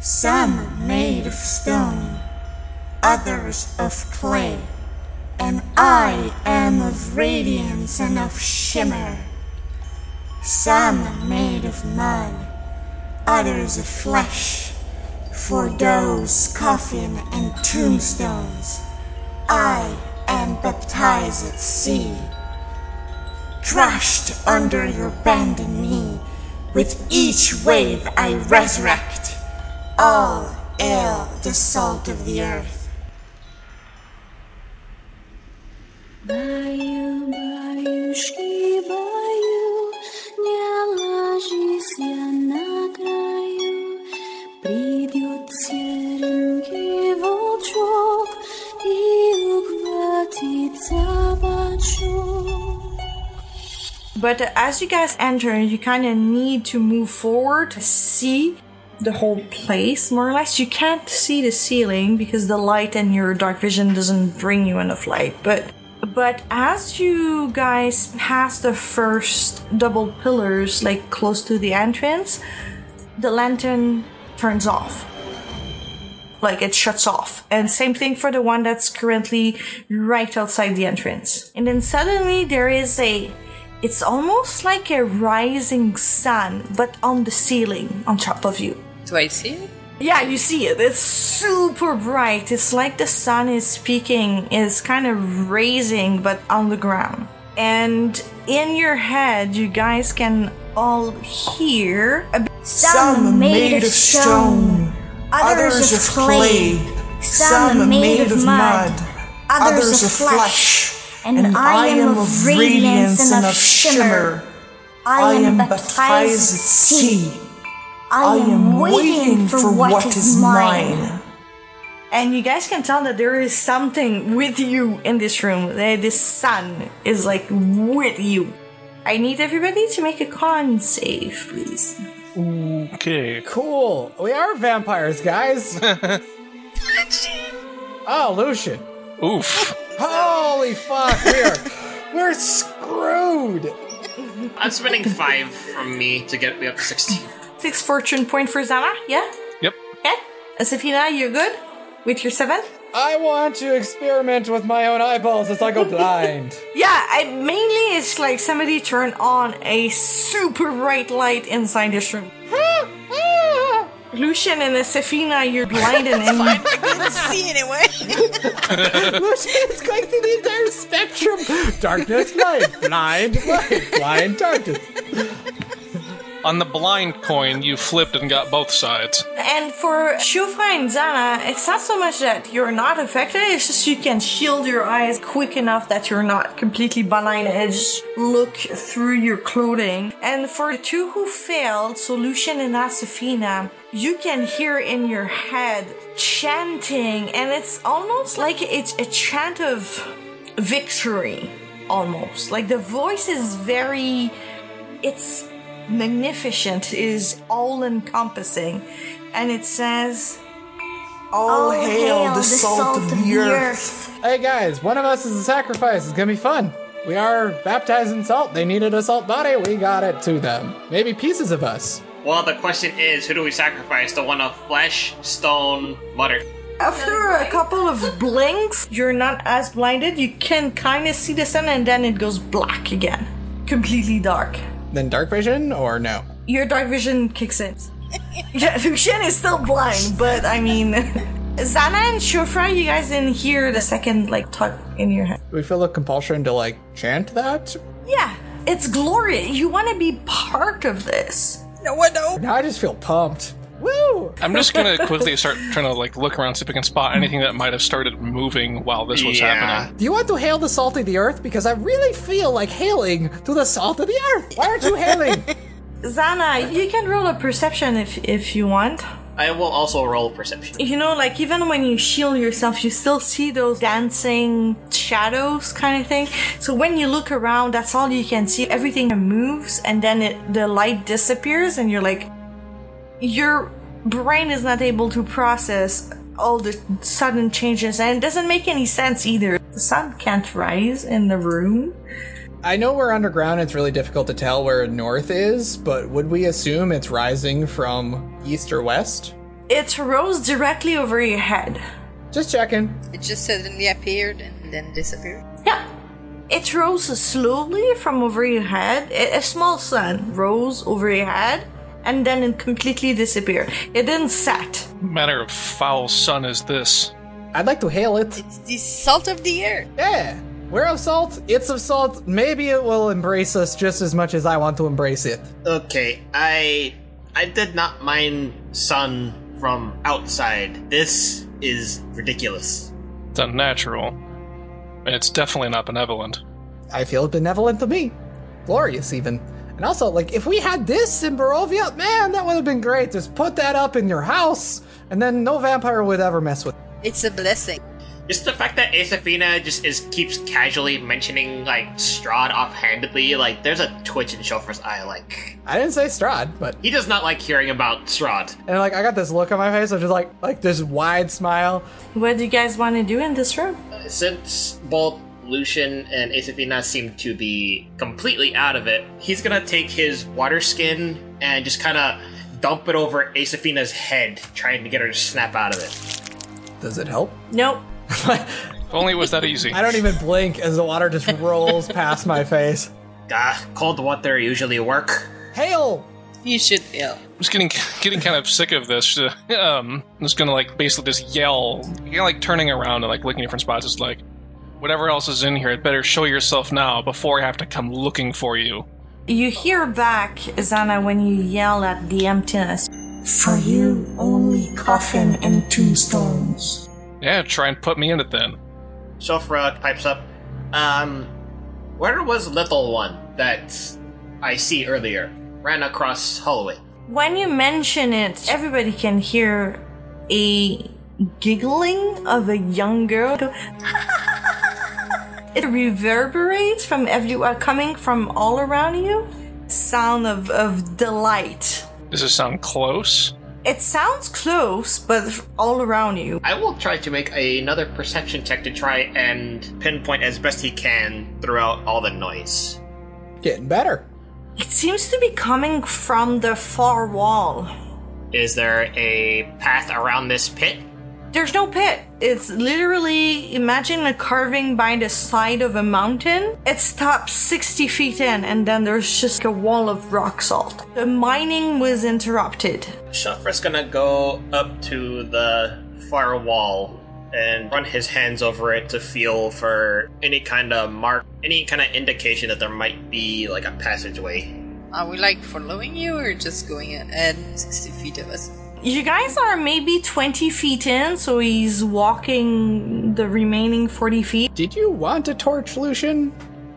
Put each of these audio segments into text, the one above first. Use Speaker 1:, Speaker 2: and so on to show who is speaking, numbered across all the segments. Speaker 1: Some are made of stone, others of clay, and I am of radiance and of shimmer. Some are made of mud, others of flesh. For those coffin and tombstones, I am baptized at sea. Crushed under your bending knee, with each wave I resurrect all ill, the salt of the earth.
Speaker 2: Баю, баюшки, баю, не ложись я на краю. Придет серенький волчок и ухватит за бочок.
Speaker 3: But as you guys enter, you kind of need to move forward to see the whole place, more or less. You can't see the ceiling because the light and your dark vision doesn't bring you enough light. But but as you guys pass the first double pillars, like close to the entrance, the lantern turns off. Like it shuts off. And same thing for the one that's currently right outside the entrance. And then suddenly there is a it's almost like a rising sun, but on the ceiling, on top of you.
Speaker 4: Do I see it?
Speaker 3: Yeah, you see it. It's super bright. It's like the sun is speaking, is kind of raising, but on the ground. And in your head, you guys can all hear a
Speaker 1: Some are made of stone, others of clay. Some are made of mud, others of flesh. And I am of radiance and of shimmer. I am baptized at sea. I am waiting for what is mine.
Speaker 3: And you guys can tell that there is something with you in this room. Eh, This sun is like with you. I need everybody to make a con save, please.
Speaker 5: Okay.
Speaker 6: Cool. We are vampires, guys. oh, Lucian.
Speaker 5: Oof.
Speaker 6: Holy fuck, we are we're screwed.
Speaker 7: I'm spending five from me to get me up to 16.
Speaker 3: Six fortune point for Zana, yeah?
Speaker 5: Yep.
Speaker 3: Yeah? Asifina, you're good? With your seven?
Speaker 6: I want to experiment with my own eyeballs as I go blind.
Speaker 3: Yeah, I mainly it's like somebody turned on a super bright light inside this room. Lucian and Asifina, you're blinded and
Speaker 4: I couldn't see anyway.
Speaker 6: Lucian is going through the entire spectrum. Darkness, light, blind, light, blind, darkness.
Speaker 5: On the blind coin, you flipped and got both sides.
Speaker 3: And for Shufra and Zana, it's not so much that you're not affected, it's just you can shield your eyes quick enough that you're not completely blind and just look through your clothing. And for the two who failed, so Lucian and Asafina, you can hear in your head chanting, and it's almost like it's a chant of victory, almost. Like the voice is very. It's magnificent is all encompassing and it says
Speaker 1: All hail the salt of the earth.
Speaker 6: Hey guys, one of us is a sacrifice. It's gonna be fun. We are baptized in salt. They needed a salt body. We got it to them. Maybe pieces of us.
Speaker 7: Well, the question is, who do we sacrifice? The one of flesh, stone, mutter.
Speaker 3: after a couple of blinks you're not as blinded you can kind of see the sun and then it goes black again completely dark
Speaker 6: Then dark vision or no?
Speaker 3: your dark vision kicks in yeah Lucian is still blind but I mean Zana and Shofra you guys didn't hear the second like tug in your head
Speaker 6: We feel a compulsion to like chant that.
Speaker 3: yeah it's glory you want to be part of this
Speaker 4: No one knows.
Speaker 6: Now I just feel pumped. Woo!
Speaker 5: I'm just gonna quickly start trying to like look around, see if I can spot anything that might have started moving while this was
Speaker 7: Yeah.
Speaker 5: happening.
Speaker 6: Do you want to hail the salt of the earth? Because I really feel like hailing to the salt of the earth. Why aren't you hailing?
Speaker 3: Zana, you can roll a perception if if you want.
Speaker 7: I will also roll perception.
Speaker 3: You know, like even when you shield yourself, you still see those dancing shadows kind of thing. So when you look around, that's all you can see. Everything moves and then it, the light disappears and you're like your brain is not able to process all the sudden changes and it doesn't make any sense either. The sun can't rise in the room.
Speaker 6: I know we're underground. It's really difficult to tell where north is, but would we assume it's rising from east or west?
Speaker 3: It rose directly over your head.
Speaker 6: Just checking.
Speaker 8: It just suddenly appeared and then disappeared.
Speaker 3: Yeah. It rose slowly from over your head. A, a small sun rose over your head, and then it completely disappeared. It didn't set.
Speaker 5: Matter of foul sun is this?
Speaker 6: I'd like to hail it.
Speaker 8: It's the salt of the air.
Speaker 6: Yeah. We're of salt, it's of salt. Maybe it will embrace us just as much as I want to embrace it.
Speaker 7: Okay, I I did not mind sun from outside. This is ridiculous.
Speaker 5: It's unnatural. And it's definitely not benevolent.
Speaker 6: I feel benevolent to me. Glorious, even. And also, like, if we had this in Barovia, man, that would have been great. Just put that up in your house, and then no vampire would ever mess with it.
Speaker 8: It's a blessing.
Speaker 7: Just the fact that Asafina just is keeps casually mentioning like Strahd offhandedly, like there's a twitch in Shofra's eye. Like
Speaker 6: I didn't say Strahd, but.
Speaker 7: he does not like hearing about Strahd.
Speaker 6: And, like, I got this look on my face of just, like, like this wide smile.
Speaker 3: What do you guys want to do in this room?
Speaker 7: Since both Lucian and Asafina seem to be completely out of it, he's gonna take his water skin and just kind of dump it over Asafina's head, trying to get her to snap out of it.
Speaker 6: Does it help?
Speaker 3: Nope.
Speaker 5: If only it was that easy.
Speaker 6: I don't even blink as the water just rolls past my face.
Speaker 7: Gah, cold water usually work.
Speaker 6: Hail!
Speaker 8: You should feel.
Speaker 5: I'm just getting getting kind of sick of this. Uh, um, I'm just gonna like basically just yell, you know, like turning around and like looking at different spots. It's like, whatever else is in here, it better show yourself now before I have to come looking for you.
Speaker 3: You hear back, Zana, when you yell at the emptiness.
Speaker 1: For you, only coffin and tombstones.
Speaker 5: Yeah, try and put me in it then.
Speaker 7: Shofra pipes up. Um, where was little one that I see earlier? Ran across hallway.
Speaker 3: When you mention it, everybody can hear a giggling of a young girl. Go, it reverberates from everywhere, coming from all around you. Sound of, of delight.
Speaker 5: Does this sound close?
Speaker 3: It sounds close, but f- all around you.
Speaker 7: I will try to make another perception check to try and pinpoint as best he can throughout all the noise.
Speaker 6: Getting better.
Speaker 3: It seems to be coming from the far wall.
Speaker 7: Is there a path around this pit?
Speaker 3: There's no pit. It's literally imagine a carving by the side of a mountain. It stops 60 feet in, and then there's just a wall of rock salt. The mining was interrupted.
Speaker 7: Shufra's gonna go up to the far wall and run his hands over it to feel for any kind of mark, any kind of indication that there might be like a passageway.
Speaker 8: Are we like following you or just going at 60 feet of us?
Speaker 3: You guys are maybe 20 feet in, so he's walking the remaining 40 feet.
Speaker 6: Did you want a torch, Lucian?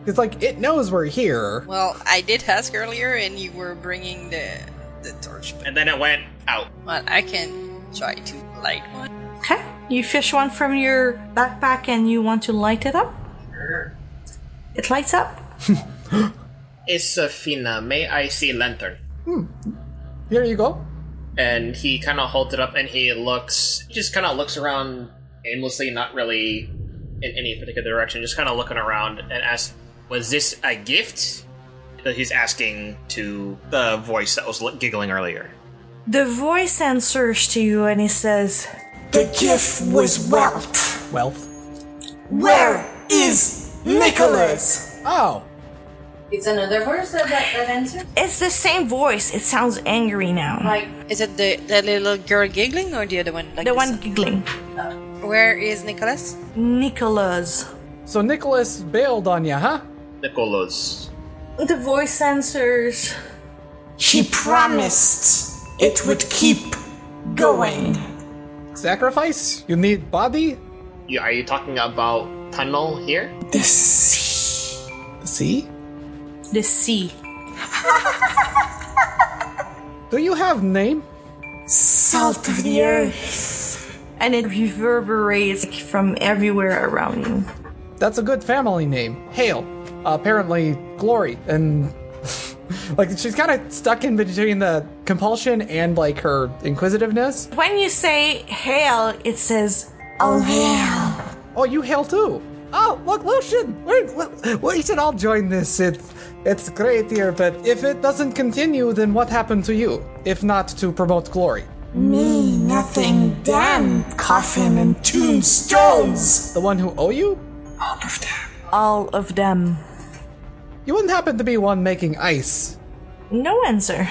Speaker 6: It's like it knows we're here.
Speaker 8: Well, I did ask earlier and you were bringing the, the torch, but
Speaker 7: And then it went out.
Speaker 8: well, I can try to light one.
Speaker 3: Okay. You fish one from your backpack and you want to light it up? It lights up.
Speaker 7: Isafina, may I see lantern?
Speaker 6: Here you go.
Speaker 7: And he kind of holds it up and he looks, he just kind of looks around aimlessly, not really in any particular direction, just kind of looking around and asks, Was this a gift? That he's asking to the voice that was giggling earlier.
Speaker 3: The voice answers to you and he says,
Speaker 1: The gift was wealth.
Speaker 6: Wealth.
Speaker 1: Where is Nicholas?
Speaker 6: Oh,
Speaker 9: It's another verse that that, that answer.
Speaker 3: It's the same voice. It sounds angry now.
Speaker 9: Like
Speaker 8: Is it the, the little girl giggling or the other one? Like
Speaker 3: The
Speaker 8: this
Speaker 3: one giggling.
Speaker 8: Where is Nicholas?
Speaker 3: Nicholas.
Speaker 6: so Nicholas bailed on you, huh?
Speaker 7: Nicholas.
Speaker 3: The voice answers.
Speaker 1: He promised it would keep going.
Speaker 6: Sacrifice? You need body?
Speaker 7: You, are you talking about tunnel here?
Speaker 1: The sea.
Speaker 6: See?
Speaker 3: The sea.
Speaker 6: Do you have name?
Speaker 1: Salt of the earth.
Speaker 3: And it reverberates from everywhere around you.
Speaker 6: That's a good family name. Hale. apparently, Glory. And. like, she's kind of stuck in between the compulsion and, like, her inquisitiveness.
Speaker 3: When you say hail, it says,
Speaker 1: Oh, hell.
Speaker 6: Oh, you hail too. Oh, look, Lucian! We're, we- we should all join this. It's, it's great here, but if it doesn't continue, then what happened to you? If not to promote Glory?
Speaker 1: Me, not nothing damn coffin and tombstones.
Speaker 6: The one who owe you?
Speaker 3: All of them.
Speaker 6: You wouldn't happen to be one making ice.
Speaker 3: No answer.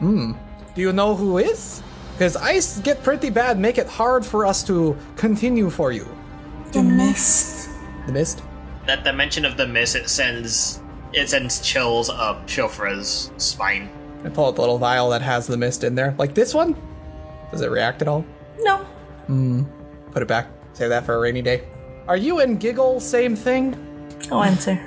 Speaker 6: Do you know who is? Because ice get pretty bad, make it hard for us to continue for you.
Speaker 1: The mist.
Speaker 6: The mist?
Speaker 7: That the mention of the mist, it sends it sends chills up Shofra's spine.
Speaker 6: I pull out the little vial that has the mist in there. Like this one? Does it react at all?
Speaker 3: No.
Speaker 6: Put it back. Save that for a rainy day. Are you and Giggle same thing?
Speaker 3: No answer.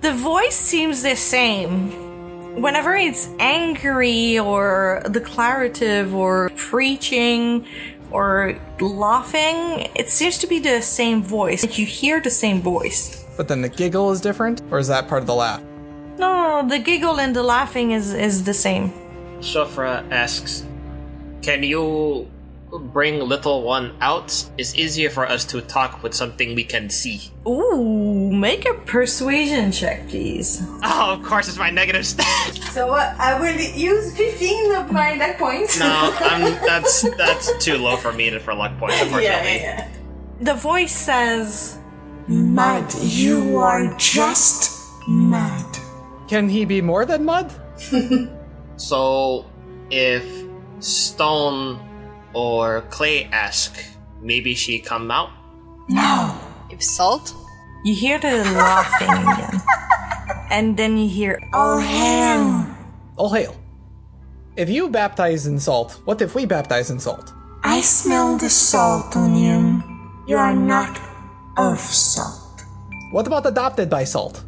Speaker 3: The voice seems the same. Whenever it's angry or declarative or preaching or laughing, it seems to be the same voice. Like you hear the same voice.
Speaker 6: But then the giggle is different? Or is that part of the laugh?
Speaker 3: No, no, the giggle and the laughing is, is the same.
Speaker 7: Shofra asks, "Can you bring little one out? It's easier for us to talk with something we can see."
Speaker 3: Ooh, make a persuasion check, please.
Speaker 7: Oh, of course, it's my negative stat.
Speaker 9: So what? I will use 15 of my deck points.
Speaker 7: no, I'm, that's that's too low for me to for luck points.
Speaker 9: yeah,
Speaker 7: Unfortunately,
Speaker 9: yeah, yeah.
Speaker 3: The voice says,
Speaker 1: Mud, you are just mud.
Speaker 6: Can he be more than mud?
Speaker 7: So, if Stone or Clay ask, maybe she come out.
Speaker 1: No.
Speaker 8: If salt?
Speaker 3: You hear the laughing again. And then you hear,
Speaker 1: All hail.
Speaker 6: Oh hail. If you baptize in salt, what if we baptize in salt?
Speaker 1: I smell the salt on you. You are not of salt.
Speaker 6: What about adopted by salt?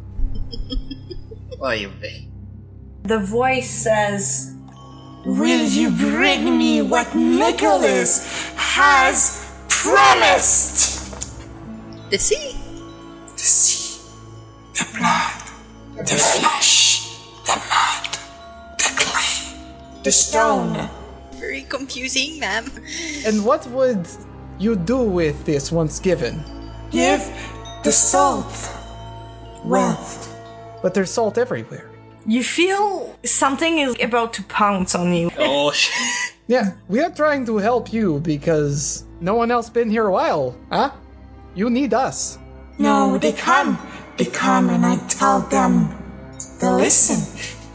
Speaker 7: Well, you may.
Speaker 3: the voice says,
Speaker 1: Will you bring me what Nicholas has promised?
Speaker 8: The sea?
Speaker 1: The sea, the blood, the flesh, the mud, the clay, the stone.
Speaker 8: Very confusing, ma'am.
Speaker 6: And what would you do with this once given?
Speaker 1: Give the salt wealth.
Speaker 6: But there's salt everywhere.
Speaker 3: You feel something is about to pounce on you.
Speaker 7: Oh, sh-
Speaker 6: Yeah, we are trying to help you because no one else been here a while, huh? You need us.
Speaker 1: No, they come. They come and I tell them. They listen.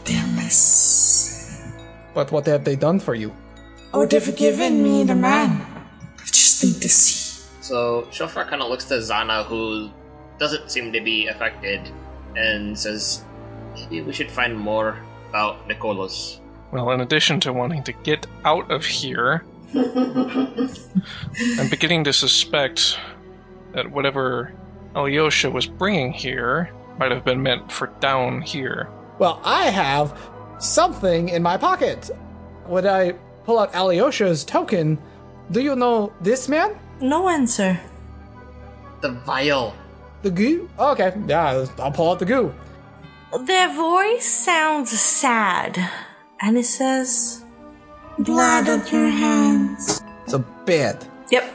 Speaker 1: They listen.
Speaker 6: But what have they done for you?
Speaker 1: Oh, they've given me the man. I just need the sea.
Speaker 7: so Shofra kind of looks to Zana, who doesn't seem to be affected, and says, "Maybe we should find more about Nicholas."
Speaker 5: Well, in addition to wanting to get out of here, I'm beginning to suspect that whatever Alyosha was bringing here might have been meant for down here.
Speaker 6: Well, I have something in my pocket. Would I pull out Alyosha's token? Do you know this man?
Speaker 3: No answer.
Speaker 7: The vial.
Speaker 6: The goo? Oh, Okay, yeah, I'll pull out the goo.
Speaker 3: Their voice sounds sad. And it says,
Speaker 1: Blood on your hands.
Speaker 6: It's a bit.
Speaker 3: Yep.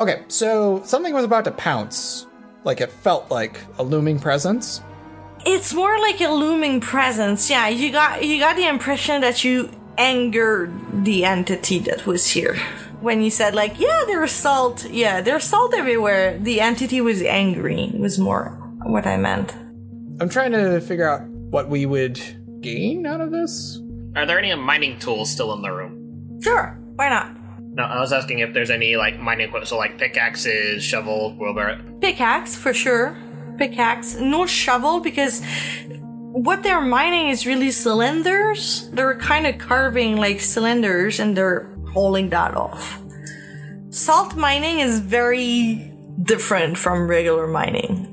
Speaker 6: Okay, so something was about to pounce. Like it felt like a looming presence.
Speaker 3: It's more like a looming presence. Yeah, you got you got the impression that you angered the entity that was here. When you said like, yeah, there's salt, yeah, there's salt everywhere. The entity was angry was more what I meant.
Speaker 6: I'm trying to figure out what we would gain out of this.
Speaker 7: Are there any mining tools still in the room?
Speaker 3: Sure, why not?
Speaker 7: No, I was asking if there's any like mining equipment, so like pickaxes, shovel, wheelbarrow.
Speaker 3: pickaxe for sure pickaxe no shovel because what they're mining is really cylinders they're kind of carving like cylinders and they're holding that off salt mining is very different from regular mining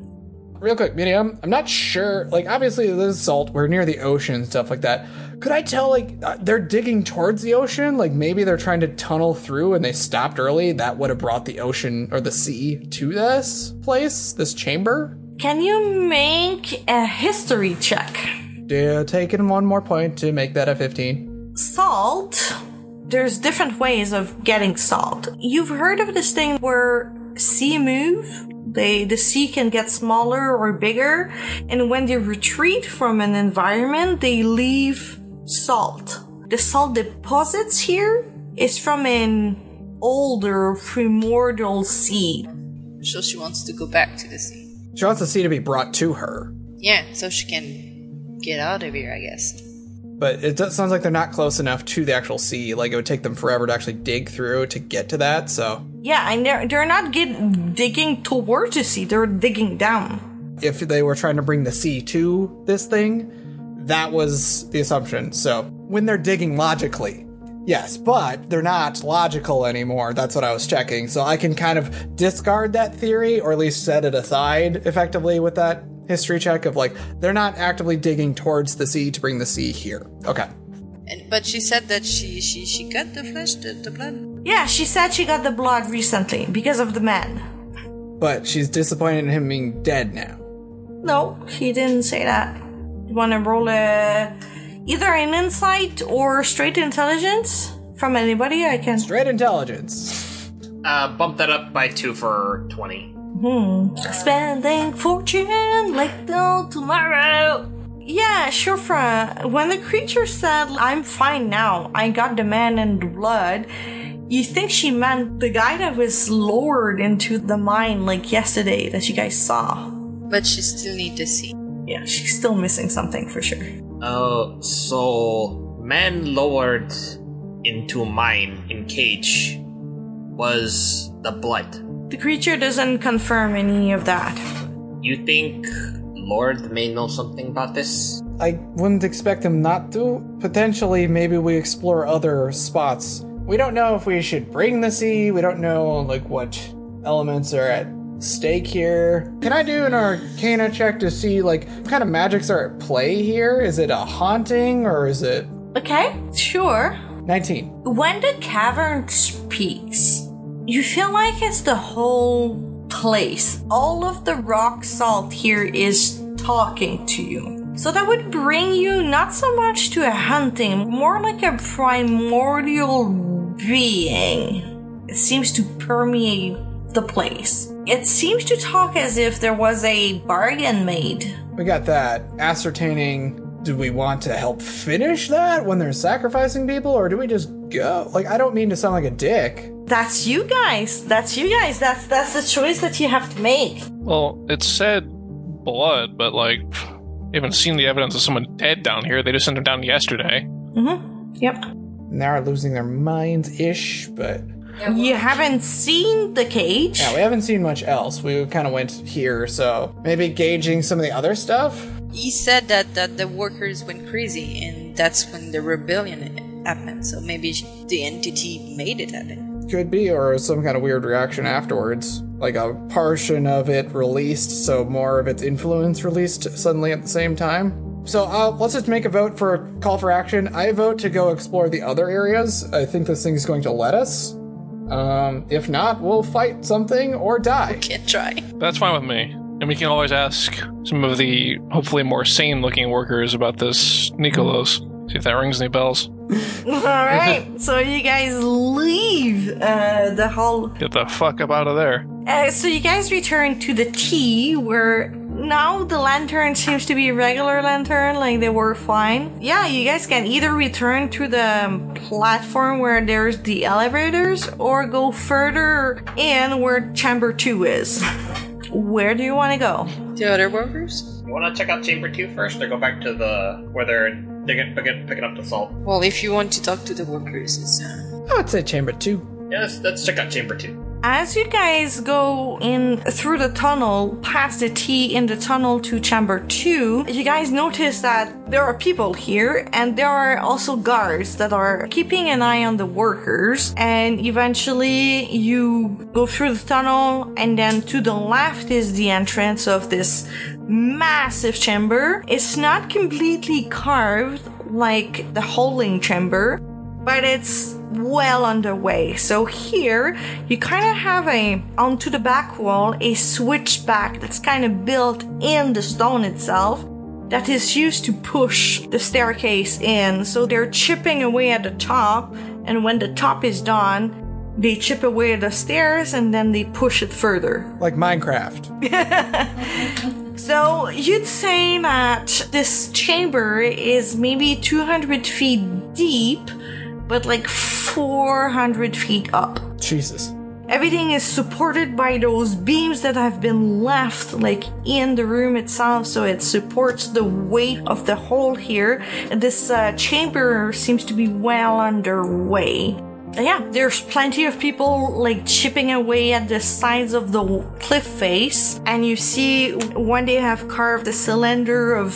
Speaker 6: Real quick, medium. I'm not sure. Like, obviously, this is salt. We're near the ocean and stuff like that. Could I tell, like, uh, they're digging towards the ocean? Like, maybe they're trying to tunnel through and they stopped early. That would have brought the ocean or the sea to this place, this chamber.
Speaker 3: can you make a history check
Speaker 6: Yeah, taking one more point to make that a 15.
Speaker 3: salt there's different ways of getting salt you've heard of this thing where sea move they the sea can get smaller or bigger and when they retreat from an environment they leave salt the salt deposits here is from an older primordial seed.
Speaker 8: So she wants to go back to the sea.
Speaker 6: She wants the sea to be brought to her,
Speaker 8: Yeah, so she can get out of here, I guess.
Speaker 6: but it does, sounds like they're not close enough to the actual sea. Like it would take them forever to actually dig through to get to that. So
Speaker 3: Yeah, and they're, they're not get, digging towards the sea, they're digging down.
Speaker 6: if they were trying to bring the sea to this thing, that was the assumption. So when they're digging logically, yes, but they're not logical anymore. That's what I was checking. So I can kind of discard that theory or at least set it aside effectively with that history check of like they're not actively digging towards the sea to bring the sea here. Okay.
Speaker 8: And but she said that she she she got the flesh, the, the blood.
Speaker 3: Yeah, she said she got the blood recently because of the man.
Speaker 6: But she's disappointed in him being dead now.
Speaker 3: No, he didn't say that. You want to roll a, either an insight or straight intelligence from anybody? I can.
Speaker 6: Straight intelligence.
Speaker 7: Uh, bump that up by two for twenty.
Speaker 3: Hmm. Spending fortune like no tomorrow. Yeah, sure, Fra. When the creature said, I'm fine now, I got the man in the blood, you think she meant the guy that was lowered into the mine like yesterday that you guys saw.
Speaker 8: But she still need the sea.
Speaker 3: Yeah, she's still missing something for sure.
Speaker 7: Oh, so man lowered into mine in cage was the blood.
Speaker 3: The creature doesn't confirm any of that.
Speaker 7: You think Lord may know something about this?
Speaker 6: I wouldn't expect him not to. Potentially, maybe we explore other spots. We don't know if we should bring the sea. We don't know like what elements are at stake here. Can I do an Arcana check to see like what kind of magics are at play here? Is it a haunting or is it
Speaker 3: Okay, sure.
Speaker 6: nineteen?
Speaker 3: When the cavern speaks, you feel like it's the whole place. All of the rock salt here is talking to you. So that would bring you not so much to a hunting, more like a primordial being. It seems to permeate the place. It seems to talk as if there was a bargain made.
Speaker 6: We got that ascertaining. Do we want to help finish that when they're sacrificing people, or do we just go? Like, I don't mean to sound like a dick.
Speaker 3: That's you guys. That's you guys. That's that's the choice that you have to make.
Speaker 5: Well, it said blood, but like, pff, they haven't seen the evidence of someone dead down here. They just sent him down yesterday.
Speaker 3: Mm-hmm. Yep.
Speaker 6: now are losing their minds ish, but
Speaker 3: You haven't seen the cage.
Speaker 6: yeah, we haven't seen much else. We kind of went here, so maybe gauging some of the other stuff.
Speaker 8: He said that that the workers went crazy, and that's when the rebellion happened. So maybe she, the entity made it happen.
Speaker 6: Could be, or some kind of weird reaction afterwards. Like a portion of it released, so more of its influence released suddenly at the same time. So uh, let's just make a vote for a call for action. I vote to go explore the other areas. I think this thing's going to let us. Um, if not, we'll fight something or die.
Speaker 8: Can't try.
Speaker 5: That's fine with me. And we can always ask some of the hopefully more sane looking workers about this Nikolos. See if that rings any bells.
Speaker 3: All right. so you guys leave uh, the hall.
Speaker 5: Get the fuck up out of there.
Speaker 3: Uh, so you guys return to the T, where now the lantern seems to be a regular lantern, like they were fine. Yeah, you guys can either return to the um, platform where there's the elevators, or go further in where chamber two is. Where do you want to go?
Speaker 8: The other workers?
Speaker 7: You want to check out chamber two first, or go back to the where they're digging, picking, picking up the salt?
Speaker 8: Well, if you want to talk to the workers, it's, uh,
Speaker 6: I would say chamber two.
Speaker 7: Yeah, let's, let's check out chamber two.
Speaker 3: As you guys go in through the tunnel, past the T in the tunnel to chamber two, you guys notice that there are people here and there are also guards that are keeping an eye on the workers. And eventually you go through the tunnel and then to the left is the entrance of this massive chamber. It's not completely carved like the holding chamber, but it's well underway. So here you kind of have a onto the back wall a switchback that's kind of built in the stone itself that is used to push the staircase in. So they're chipping away at the top and when the top is done, they chip away at the stairs and then they push it further.
Speaker 6: Like Minecraft.
Speaker 3: So you'd say that this chamber is maybe 200 feet deep, but like 400 feet up.
Speaker 6: Jesus.
Speaker 3: Everything is supported by those beams that have been left like in the room itself, so it supports the weight of the whole here. And This uh, chamber seems to be well underway. And yeah, there's plenty of people like chipping away at the sides of the w- cliff face, and you see one they have carved a cylinder of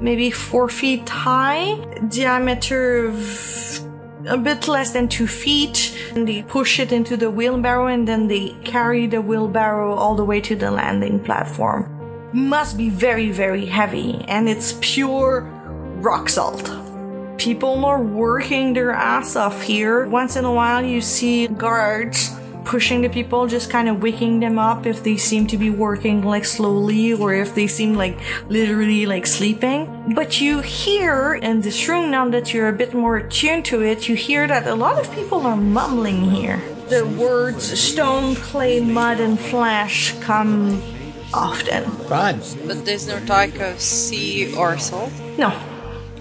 Speaker 3: maybe four feet high, diameter of a bit less than two feet, and they push it into the wheelbarrow, and then they carry the wheelbarrow all the way to the landing platform. Must be very, very heavy, and it's pure rock salt. People are working their ass off here. Once in a while, you see guards pushing the people, just kind of waking them up if they seem to be working like slowly or if they seem like literally like sleeping. But you hear in this room, now that you're a bit more attuned to it, you hear that a lot of people are mumbling here. The words stone, clay, mud, and flash come often.
Speaker 6: Fun.
Speaker 8: But there's no type of sea or salt.
Speaker 3: No,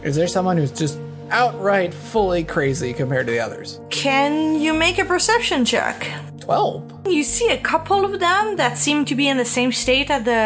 Speaker 6: Is there someone who's just outright fully crazy compared to the others?
Speaker 3: can you make a perception check?
Speaker 6: 12.
Speaker 3: You see a couple of them that seem to be in the same state as the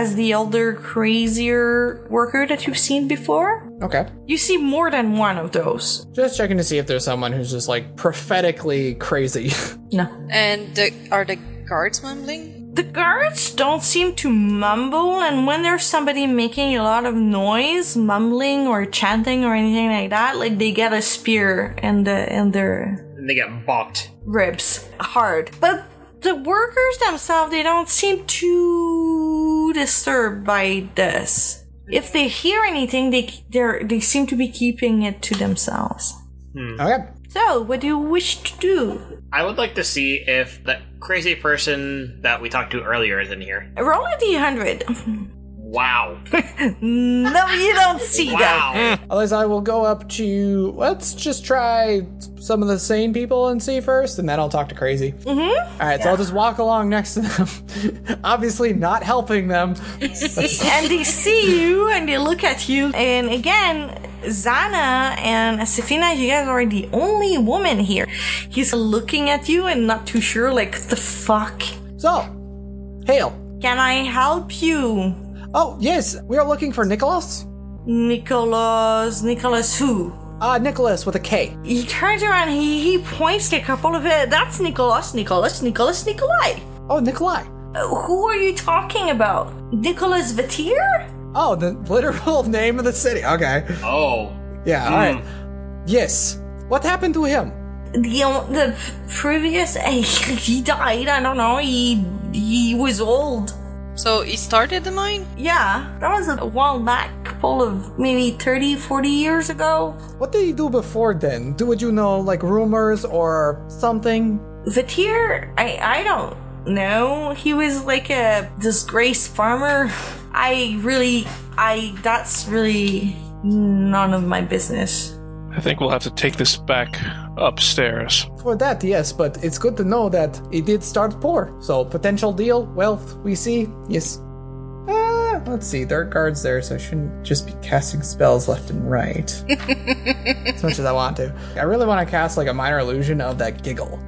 Speaker 3: as the older, crazier worker that you've seen before.
Speaker 6: Okay.
Speaker 3: You see more than one of those.
Speaker 6: Just checking to see if there's someone who's just like prophetically crazy.
Speaker 3: No.
Speaker 8: And the, are the guards mumbling?
Speaker 3: The guards don't seem to mumble, and when there's somebody making a lot of noise, mumbling or chanting or anything like that, like they get a spear in the in their
Speaker 7: And they get balked.
Speaker 3: ribs hard. But the workers themselves, they don't seem too disturbed by this. If they hear anything, they they they seem to be keeping it to themselves.
Speaker 6: okay.
Speaker 3: So, what do you wish to do?
Speaker 7: I would like to see if that crazy person that we talked to earlier is in here.
Speaker 3: Roll a d100.
Speaker 7: Wow.
Speaker 3: No, you don't see that.
Speaker 7: Wow.
Speaker 6: Otherwise, I will go up to. Let's just try some of the sane people and see first, and then I'll talk to crazy. Mm-hmm. right, so I'll just walk along next to them. Obviously, not helping them.
Speaker 3: and they see you and they look at you. And again, Zana and Sefina, you guys are the only woman here. He's looking at you and not too sure, like, the fuck?
Speaker 6: So, hail.
Speaker 3: Can I help you?
Speaker 6: Oh, yes, we are looking for Nicholas.
Speaker 3: Nicholas, Nicholas who?
Speaker 6: Ah, Nicholas with a K.
Speaker 3: He turns around, he, he points to a couple of it. That's Nicholas, Nicholas, Nicholas, Nikolai.
Speaker 6: Oh, Nikolai.
Speaker 3: Uh, Who are you talking about? Nicholas Vatier?
Speaker 6: Oh, the literal name of the city. Okay.
Speaker 7: Oh. Hmm.
Speaker 6: Yeah, all right. Yes. What happened to him?
Speaker 3: the um, the previous he died. I don't know. He he was old.
Speaker 8: So he started the mine?
Speaker 3: Yeah, that was a while back, couple of maybe 30, 40 years ago.
Speaker 6: What did he do before then? Do would you know like rumors or something?
Speaker 3: Vatier, I I don't know. He was like a disgraced farmer. I really, I that's really none of my business.
Speaker 5: I think we'll have to take this back upstairs.
Speaker 6: For that, yes, but it's good to know that it did start poor. So potential deal, wealth, we see, yes. Ah, let's see, there are guards there, so I shouldn't just be casting spells left and right. as much as I want to. I really want to cast like a minor illusion of that giggle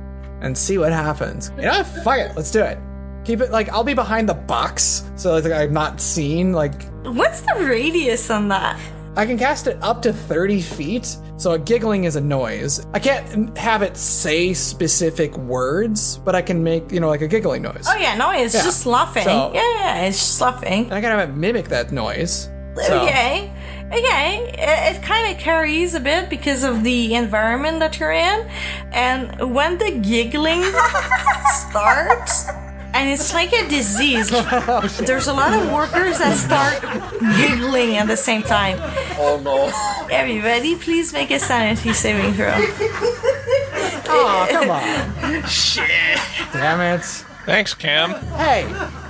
Speaker 6: and see what happens. You know, what? fuck it, let's do it. Keep it like I'll be behind the box, so it's like I'm not seen. Like
Speaker 3: What's the radius on that?
Speaker 6: I can cast it up to 30 feet, so a giggling is a noise. I can't have it say specific words, but I can make, you know, like a giggling noise.
Speaker 3: Oh yeah, no, it's
Speaker 6: Yeah.
Speaker 3: just laughing.
Speaker 6: So-
Speaker 3: yeah, yeah, it's just laughing.
Speaker 6: And I can have it mimic that noise. So,
Speaker 3: Okay. Okay. It, it kind of carries a bit because of the environment that you're in. And when the giggling starts, and it's like a disease, there's a lot of workers that start giggling at the same time.
Speaker 7: Oh no.
Speaker 3: Everybody, please make a sanity saving throw.
Speaker 6: Aw, come on.
Speaker 7: Shit.
Speaker 6: Damn it.
Speaker 5: Thanks, Cam.
Speaker 6: Hey,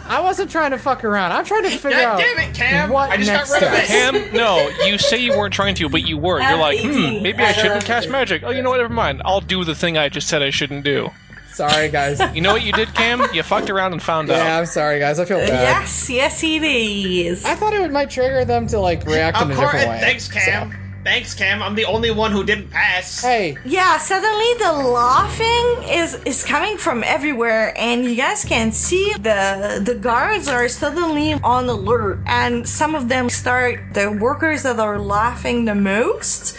Speaker 6: I wasn't trying to fuck around. I'm trying to figure out.
Speaker 7: God damn it, Cam.
Speaker 6: What
Speaker 7: I just got
Speaker 6: next
Speaker 7: rid of
Speaker 6: step?
Speaker 7: it.
Speaker 5: Cam, no, you say you weren't trying to, but you were. You're like, hmm, maybe I shouldn't cast magic. Oh, you know what? Never mind. I'll do the thing I just said I shouldn't do.
Speaker 6: Sorry, guys.
Speaker 5: You know what you did, Cam? You fucked around and found
Speaker 6: Yeah,
Speaker 5: out.
Speaker 6: I'm sorry, guys. I feel bad.
Speaker 3: Yes, yes, it is.
Speaker 6: I thought it would might trigger them to like react in
Speaker 7: Of
Speaker 6: a
Speaker 7: course.
Speaker 6: different way.
Speaker 7: Thanks, Cam. Thanks, Cam. I'm the only one who didn't pass.
Speaker 6: Hey,
Speaker 3: Yeah, suddenly the laughing is is coming from everywhere, and you guys can see the the guards are suddenly on alert, and some of them start the workers that are laughing the most,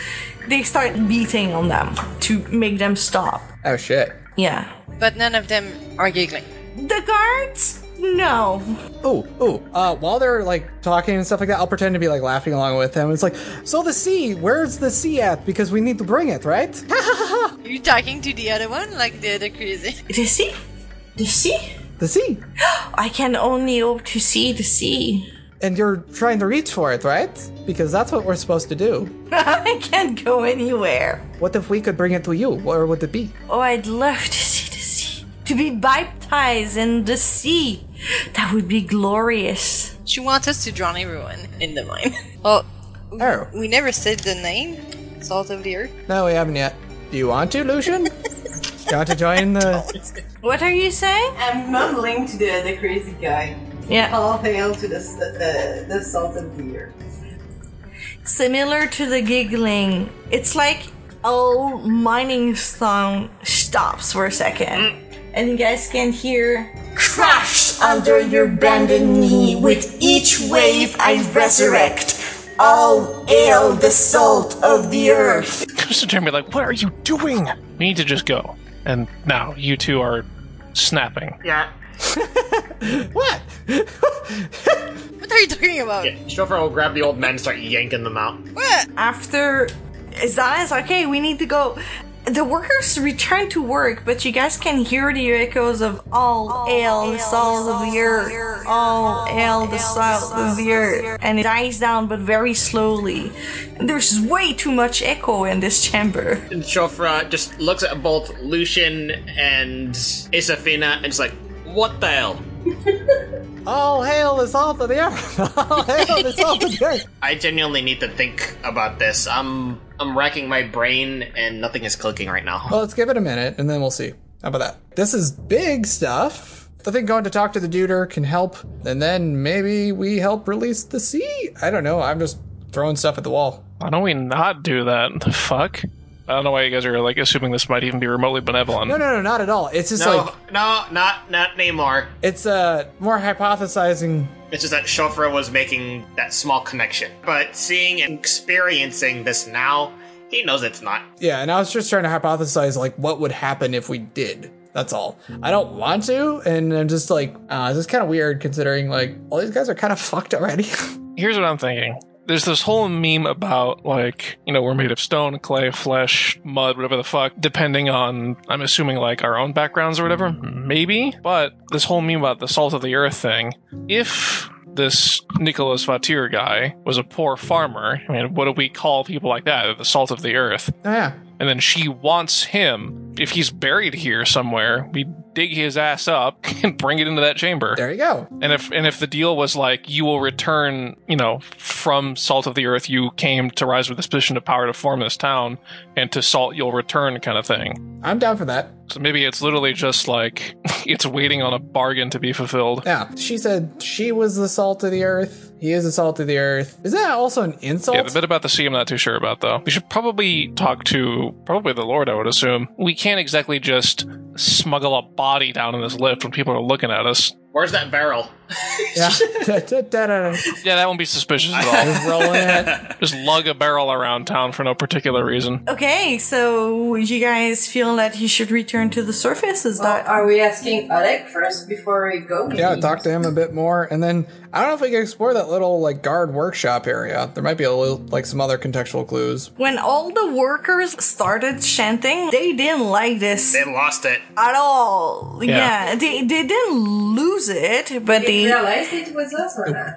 Speaker 3: they start beating on them to make them stop.
Speaker 6: oh shit.
Speaker 3: Yeah,
Speaker 8: But none of them are giggling.
Speaker 3: the guards. No,
Speaker 6: Oh, oh. Uh, while they're like talking and stuff like that, I'll pretend to be like laughing along with them. It's like, so the sea, where's the sea at? Because we need to bring it, right?
Speaker 8: Are you talking to the other one like the other crazy?
Speaker 3: the sea, the sea.
Speaker 6: the sea.
Speaker 3: I can only hope to see the sea.
Speaker 6: And you're trying to reach for it, right? Because that's what we're supposed to do.
Speaker 3: I can't go anywhere.
Speaker 6: What if we could bring it to you? Where would it be?
Speaker 3: Oh, I'd love to see the sea. To be baptized in the sea. That would be glorious.
Speaker 8: She wants us to drown everyone in the mine. well, we,
Speaker 6: Oh.
Speaker 8: we never said the name. Salt of the earth.
Speaker 6: No, we haven't yet. Do you want to, Lucian? Do you want to join the?
Speaker 3: What are you saying?
Speaker 9: I'm mumbling to the, the crazy guy.
Speaker 3: Yeah.
Speaker 9: All hail to the, s- the, the salt of the earth.
Speaker 3: Similar to the giggling. It's like all mining stone stops for a second. And you guys can hear
Speaker 1: Crash under your bended knee with each wave I resurrect. All hail the salt of the earth.
Speaker 5: Mr. Jeremy, like, what are you doing? We need to just go. And now you two are snapping.
Speaker 7: Yeah.
Speaker 6: What?
Speaker 8: What are you talking about?
Speaker 7: yeah. Strofer will grab the old men and start yanking them out.
Speaker 8: What?
Speaker 3: after Zana's okay, we need to go. The workers return to work, but you guys can hear the echoes of all hail the souls of the earth, all hail the souls of the earth, and it dies down, but very slowly. There's way too much echo in this chamber.
Speaker 7: And Shofra just looks at both Lucian and Isafina and is like, what the hell?
Speaker 6: All hail the salt of the earth! All hail the salt of the earth!
Speaker 7: I genuinely need to think about this. I'm I'm racking my brain and nothing is clicking right now.
Speaker 6: Well, let's give it a minute and then we'll see. How about that? This is big stuff. I think going to talk to the duder can help, and then maybe we help release the sea? I don't know. I'm just throwing stuff at the wall.
Speaker 5: Why don't we not do that? The fuck? I don't know why you guys are like assuming this might even be remotely benevolent.
Speaker 6: No, no, no, not at all. It's just
Speaker 7: No,
Speaker 6: like,
Speaker 7: no, not not anymore.
Speaker 6: it's uh, more hypothesizing.
Speaker 7: It's just that Shofra was making that small connection. But seeing and experiencing this now, he knows it's not.
Speaker 6: Yeah, and I was just trying to hypothesize, like, what would happen if we did. That's all. I don't want to, and I'm just like, uh, this is kind of weird considering, like, all these guys are kind of fucked already.
Speaker 5: Here's what I'm thinking. There's this whole meme about like, you know, we're made of stone, clay, flesh, mud, whatever the fuck, depending on I'm assuming like our own backgrounds or whatever. Maybe. But this whole meme about the salt of the earth thing, if this Nicholas Vatir guy was a poor farmer, I mean, what do we call people like that? The salt of the earth.
Speaker 6: oh, yeah.
Speaker 5: and then she wants him. If he's buried here somewhere, we dig his ass up and bring it into that chamber.
Speaker 6: There you go.
Speaker 5: And if and if the deal was like you will return, you know, from salt of the earth, you came to rise with this position of power to form this town, and to salt you'll return, kind of thing.
Speaker 6: I'm down for that.
Speaker 5: So maybe it's literally just like it's waiting on a bargain to be fulfilled.
Speaker 6: Yeah, she said she was the salt of the earth. He is the salt of the earth. Is that also an insult?
Speaker 5: Yeah, the bit about the sea I'm not too sure about though. We should probably talk to probably the Lord, I would assume. We can't exactly just smuggle a body down in this lift when people are looking at us.
Speaker 7: Where's that barrel?
Speaker 6: Yeah. Da, da, da, da, da.
Speaker 5: Yeah, that won't be suspicious at all.
Speaker 6: Just rolling it.
Speaker 5: Just lug a barrel around town for no particular reason.
Speaker 3: Okay, so you guys feel that you should return to the surface? Is that
Speaker 9: Are we asking Alec first before we go?
Speaker 6: Yeah, talk to him a bit more, and then I don't know if we can explore that little like guard workshop area. There might be a little like some other contextual clues.
Speaker 3: when all the workers started chanting? They didn't like this.
Speaker 7: They lost it.
Speaker 3: at all. Yeah,
Speaker 5: Yeah.
Speaker 3: they they didn't lose it, but
Speaker 9: Did
Speaker 3: they
Speaker 9: you realize it was us or not?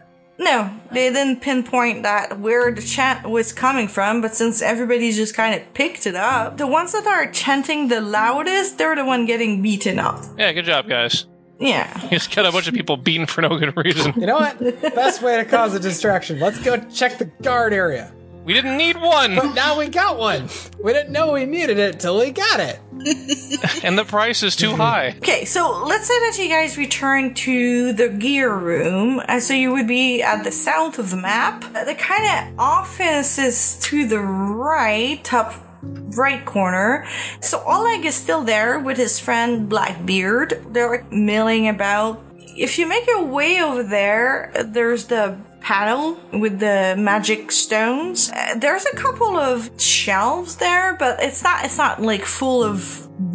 Speaker 3: no, they didn't pinpoint that where the chant was coming from. But since everybody just kind of picked it up, the ones that are chanting the loudest, they're the one getting beaten up.
Speaker 5: Yeah, good job, guys.
Speaker 3: Yeah,
Speaker 5: You just got a bunch of people beaten for no good reason.
Speaker 6: You know what? Best way to cause a distraction. Let's go check the guard area.
Speaker 5: We didn't need one,
Speaker 6: But now we got one. We didn't know we needed it till we got it.
Speaker 5: and the price is too high.
Speaker 3: Okay, so let's say that you guys return to the gear room, and so you would be at the south of the map. Uh, The kind of office is to the right, top right corner. So Oleg is still there with his friend Blackbeard. They're milling about. If you make your way over there, there's the panel with the magic stones. Uh, There's a couple of shelves there, but it's not it's not like full of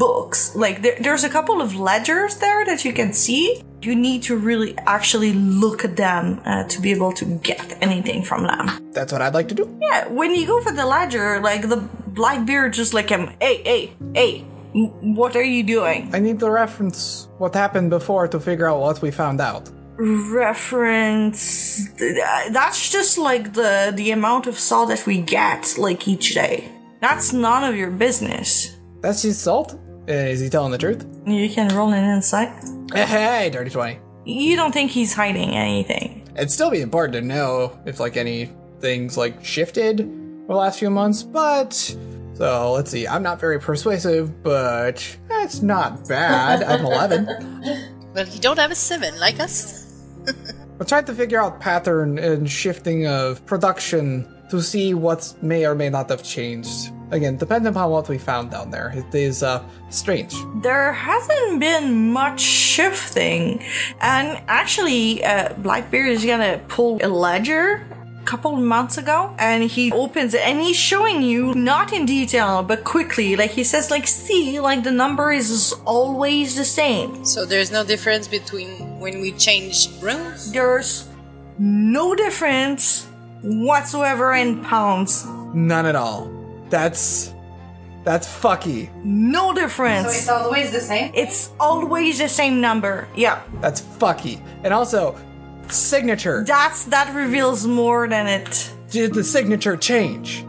Speaker 3: books. Like there, there's a couple of ledgers there that you can see. You need to really actually look at them uh, to be able to get anything from them.
Speaker 6: That's what I'd like to do.
Speaker 3: Yeah, when you go for the ledger, like the Blackbeard just like him, hey, hey, hey, m- what are you doing?
Speaker 6: I need to reference what happened before to figure out what we found out.
Speaker 3: Reference. th- uh, That's just like the the amount of salt that we get like each day. That's none of your business.
Speaker 6: That's just salt. Uh, Is he telling the truth?
Speaker 3: You can roll an insight.
Speaker 6: Hey, dirty twenty.
Speaker 3: You don't think he's hiding anything.
Speaker 6: It'd still be important to know if like any things like shifted over the last few months, but so let's see. I'm not very persuasive, but that's not bad. I'm eleven.
Speaker 8: Well, you don't have a seven like us.
Speaker 6: We're trying to figure out pattern and shifting of production to see what may or may not have changed. Again, depending upon what we found down there, it is uh, strange.
Speaker 3: There hasn't been much shifting. And actually, uh, Blackbeard is gonna pull a ledger a couple months ago and he opens it and he's showing you not in detail but quickly like he says like see like the number is always the same
Speaker 8: So there's no difference between when we change rooms.
Speaker 3: there's no difference whatsoever in pounds
Speaker 6: None at all. That's that's fucky.
Speaker 3: no
Speaker 9: So it's
Speaker 3: difference
Speaker 9: always the same.
Speaker 3: it's always the same number yeah
Speaker 6: That's fucky. And also, signature.
Speaker 3: that's that reveals more than it
Speaker 6: Did the signature change?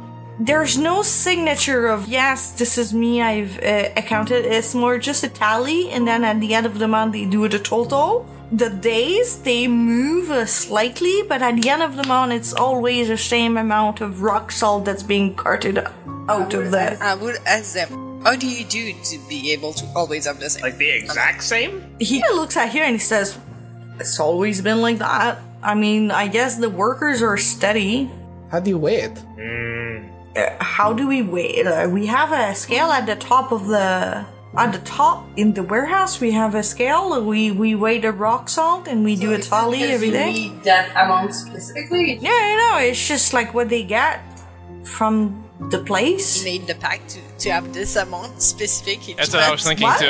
Speaker 3: there's no signature of yes this is me i've uh, accounted it's more just a tally and then at the end of the month they do the total the days they move uh, slightly but at the end of the month it's always the same amount of rock salt that's being carted out of there
Speaker 8: I would ask them, how do you do to be able to always have the same?
Speaker 7: Like the exact same?
Speaker 3: he looks at here and he says it's always been like that i mean i guess the workers are steady
Speaker 6: How do you weigh it?
Speaker 3: how do we wait? Uh, we have a scale at the top of the at the top in the warehouse. We have a scale. We we weigh the rock salt and we do a tally every day.
Speaker 9: You need that amount specifically.
Speaker 3: yeah, you know, it's just like what they get from the place.
Speaker 8: Made the pact to, to have this amount specific. each
Speaker 5: That's what I
Speaker 8: month.
Speaker 5: was thinking
Speaker 3: What?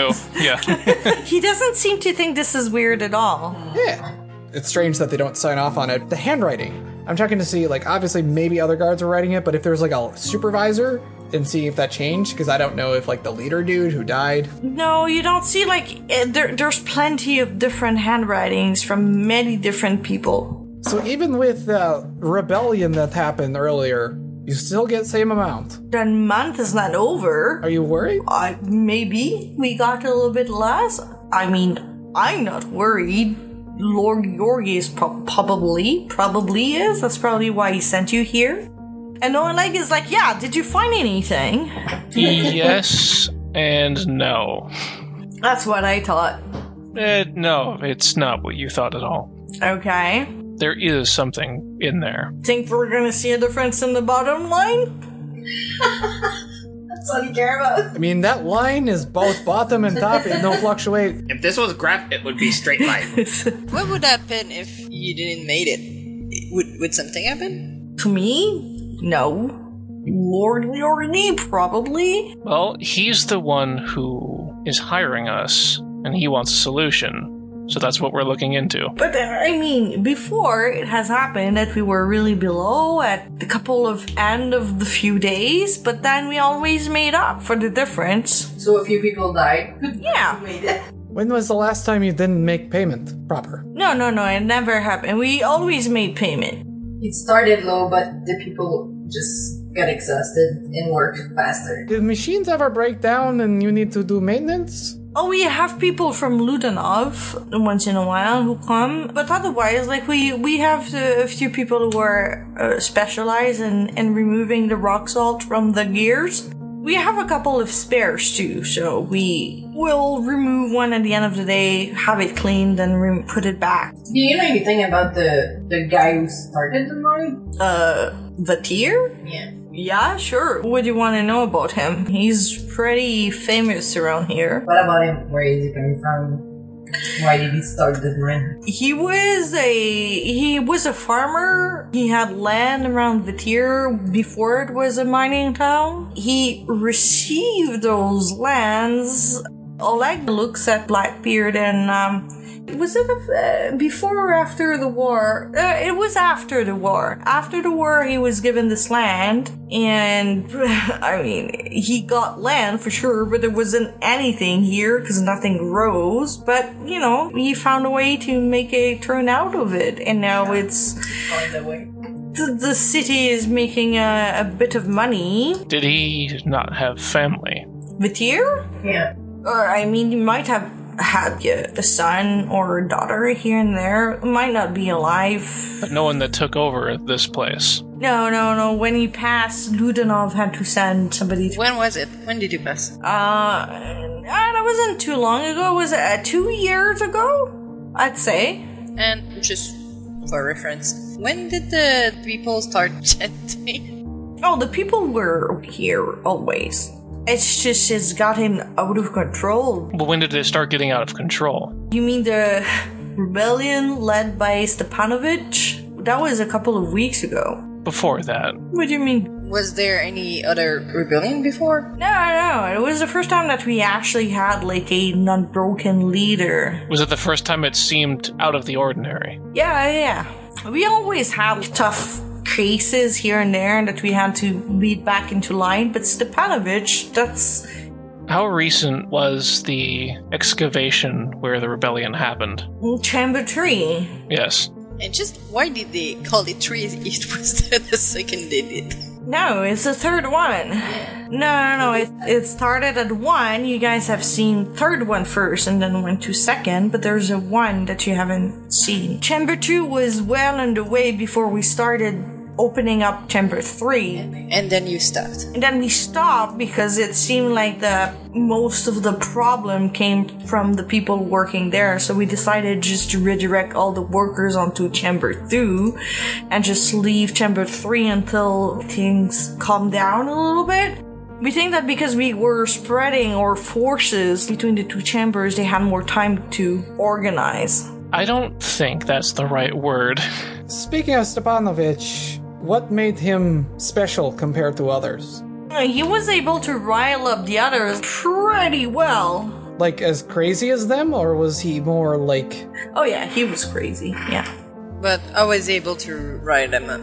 Speaker 5: too. Yeah,
Speaker 3: He doesn't seem to think this is weird at all.
Speaker 6: Yeah. It's strange that they don't sign off on it. The handwriting. I'm checking to see, like, obviously, maybe other guards were writing it, but if there was, like, a supervisor and see if that changed, because I don't know if, like, the leader dude who died.
Speaker 3: No, you don't see like eh, there, there's plenty of different handwritings from many different people.
Speaker 6: So even with the rebellion that happened earlier, you still get same amount.
Speaker 3: That month is not over.
Speaker 6: Are you worried?
Speaker 3: I maybe we got a little bit less. I mean, I'm not worried. Lord Yorgi is prob- probably probably is. That's probably why he sent you here. And Oleg is like, yeah. Did you find anything?
Speaker 5: yes and no.
Speaker 3: That's what I thought.
Speaker 5: Eh, no, it's not what you thought at all.
Speaker 3: Okay.
Speaker 5: There is something in there.
Speaker 3: Think we're gonna see a difference in the bottom line?
Speaker 9: That's all you care about.
Speaker 6: I mean, that line is both bottom and top. It don't fluctuate.
Speaker 7: If this was graph, it would be straight line.
Speaker 8: What would happen if you didn't made it? Would would something happen?
Speaker 3: To me, no. Lord Yorgi probably.
Speaker 5: Well, he's the one who is hiring us, and he wants a solution. So that's what we're looking into.
Speaker 3: But uh, I mean, before it has happened that we were really below at the couple of end of the few days, but then we always made up for the difference.
Speaker 9: So a few people died.
Speaker 3: Yeah.
Speaker 9: Made it.
Speaker 6: When was the last time you didn't make payment proper?
Speaker 3: No, no, no, it never happened. We always made payment.
Speaker 9: It started low, but the people just got exhausted and worked faster.
Speaker 6: Did machines ever break down and you need to do maintenance?
Speaker 3: Oh, we have people from Ludanov once in a while who come, but otherwise, like we we have uh, a few people who are uh, specialized in in removing the rock salt from the gears. We have a couple of spares too, so we will remove one at the end of the day, have it cleaned, and re- put it back.
Speaker 9: Do you know anything about the the guy who started the mine?
Speaker 3: Uh, the tier?
Speaker 9: Yeah.
Speaker 3: Yeah, sure. What do you want to know about him? He's pretty famous around here.
Speaker 9: What about him? Where is he coming from? Why did he start this mine?
Speaker 3: He was a he was a farmer. He had land around Vatir before it was a mining town. He received those lands. Oleg looks at Blackbeard and um was it uh, before or after the war? Uh, it was after the war. After the war, he was given this land, and I mean, he got land for sure, but there wasn't anything here because nothing grows. But you know, he found a way to make a turn out of it, and now it's
Speaker 9: Find a way.
Speaker 3: the, the city is making a, a bit of money.
Speaker 5: Did he not have family?
Speaker 3: Vitir?
Speaker 9: Yeah.
Speaker 3: Or, I mean, you might have had yeah, a son or a daughter here and there. Might not be alive.
Speaker 5: But no one that took over this place.
Speaker 3: No, no, no. When he passed, Ludanov had to send somebody to.
Speaker 8: When was it? When did you pass?
Speaker 3: Uh, and that wasn't too long ago. Was it uh, two years ago? I'd say.
Speaker 8: And just for reference, when did the people start chanting?
Speaker 3: Oh, the people were here always. It's just it's got him out of control.
Speaker 5: But when did it start getting out of control?
Speaker 3: You mean the rebellion led by Stepanovich? That was a couple of weeks ago.
Speaker 5: Before that,
Speaker 3: What do you mean?
Speaker 8: Was there any other rebellion before?
Speaker 3: No, no, it was the first time that we actually had like a non-broken leader.
Speaker 5: was it the first time it seemed out of the ordinary?
Speaker 3: Yeah, yeah. We always had tough cases here and there that we had to beat back into line, but Stepanovich, that's
Speaker 5: How recent was the excavation where the rebellion happened?
Speaker 3: chamber three.
Speaker 5: Yes.
Speaker 8: And just why did they call it three? It was the, the second they did.
Speaker 3: No, it's the third one. No, no, no. It, it started at one. You guys have seen third one first and then went to second, but there's a one that you haven't seen. Chamber two was well underway before we started opening up chamber three.
Speaker 8: And then you stopped.
Speaker 3: And then we stopped because it seemed like the most of the problem came from the people working there. So we decided just to redirect all the workers onto chamber two and just leave chamber three until things calm down a little bit. We think that because we were spreading our forces between the two chambers, they had more time to organize.
Speaker 5: I don't think that's the right word.
Speaker 6: Speaking of Stepanovich, what made him special compared to others?
Speaker 3: Uh, He was able to rile up the others pretty well.
Speaker 6: Like as crazy as them, or was he more like
Speaker 3: Oh, yeah, he was crazy. Yeah.
Speaker 8: But I was able to ride them up.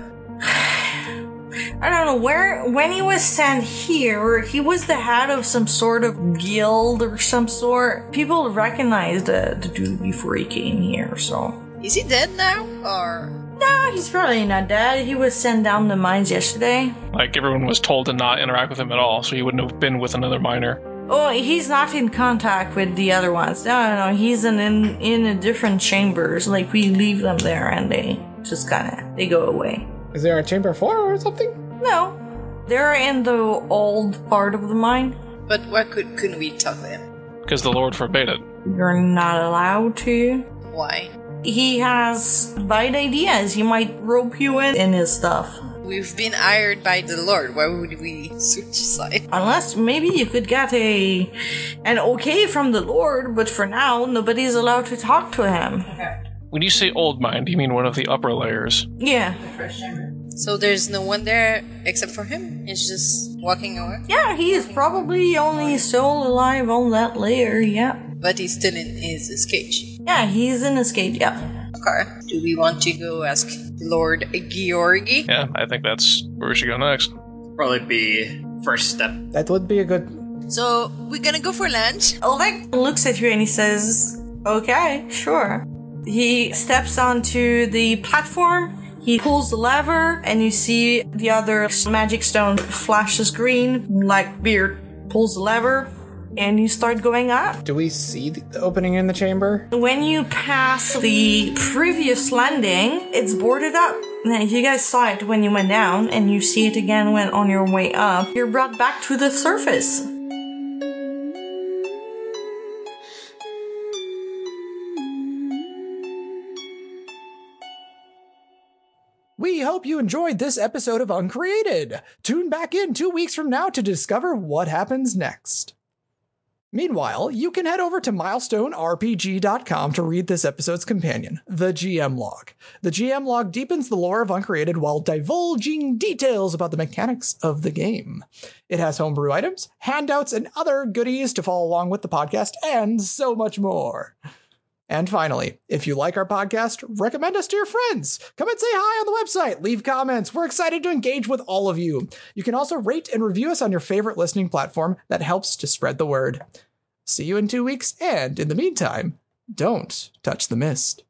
Speaker 3: I don't know where when he was sent here, he was the head of some sort of guild or some sort. People recognized uh, the dude before he came here, so
Speaker 8: Is he dead now? Or
Speaker 3: no, he's probably not dead. He was sent down the mines yesterday.
Speaker 5: Like, everyone was told to not interact with him at all, so he wouldn't have been with another miner.
Speaker 3: Oh, he's not in contact with the other ones. No, no, no he's in in, in a different chambers. Like we leave them there, and they just kind of they go away.
Speaker 6: is there a chamber four or something?
Speaker 3: No, they're in the old part of the mine.
Speaker 8: but why could couldn't we talk to him?
Speaker 5: Because the Lord forbade it.
Speaker 3: You're not allowed to.
Speaker 8: Why?
Speaker 3: he has bad ideas. He might rope you in in his stuff.
Speaker 8: We've been hired by the Lord. Why would we switch side?
Speaker 3: Unless maybe you could get a an okay from the Lord, but for now nobody's allowed to talk to him.
Speaker 5: When you say old mine, do you mean one of the upper layers?
Speaker 3: Yeah.
Speaker 8: So there's no one there except for him. It's just walking away.
Speaker 3: Yeah, he is probably only still alive on that layer, yeah.
Speaker 8: But he's still in his cage.
Speaker 3: Yeah, he's in his cage, yeah.
Speaker 8: Okay. Do we want to go ask Lord Georgi?
Speaker 5: Yeah, I think that's where we should go next.
Speaker 7: Probably be first step.
Speaker 6: That would be a good.
Speaker 8: So we're gonna go for lunch.
Speaker 3: Oleg looks at you and he says, Okay, sure. He steps onto the platform, he pulls the lever, and you see the other magic stone flashes green. Blackbeard pulls the lever, and you start going up.
Speaker 6: Do we see the the opening in the chamber?
Speaker 3: When you pass the previous landing, it's boarded up. Now, if you guys saw it when you went down, and you see it again when on your way up, you're brought back to the surface.
Speaker 6: We hope you enjoyed this episode of Uncreated. Tune back in two weeks from now to discover what happens next. Meanwhile, you can head over to milestonerpg.com to read this episode's companion, the GM Log. The GM Log deepens the lore of Uncreated while divulging details about the mechanics of the game. It has homebrew items, handouts, and other goodies to follow along with the podcast, and so much more. And finally, if you like our podcast, recommend us to your friends. Come and say hi on the website, leave comments. We're excited to engage with all of you. You can also rate and review us on your favorite listening platform that helps to spread the word. See you in two weeks, and in the meantime, don't touch the mist.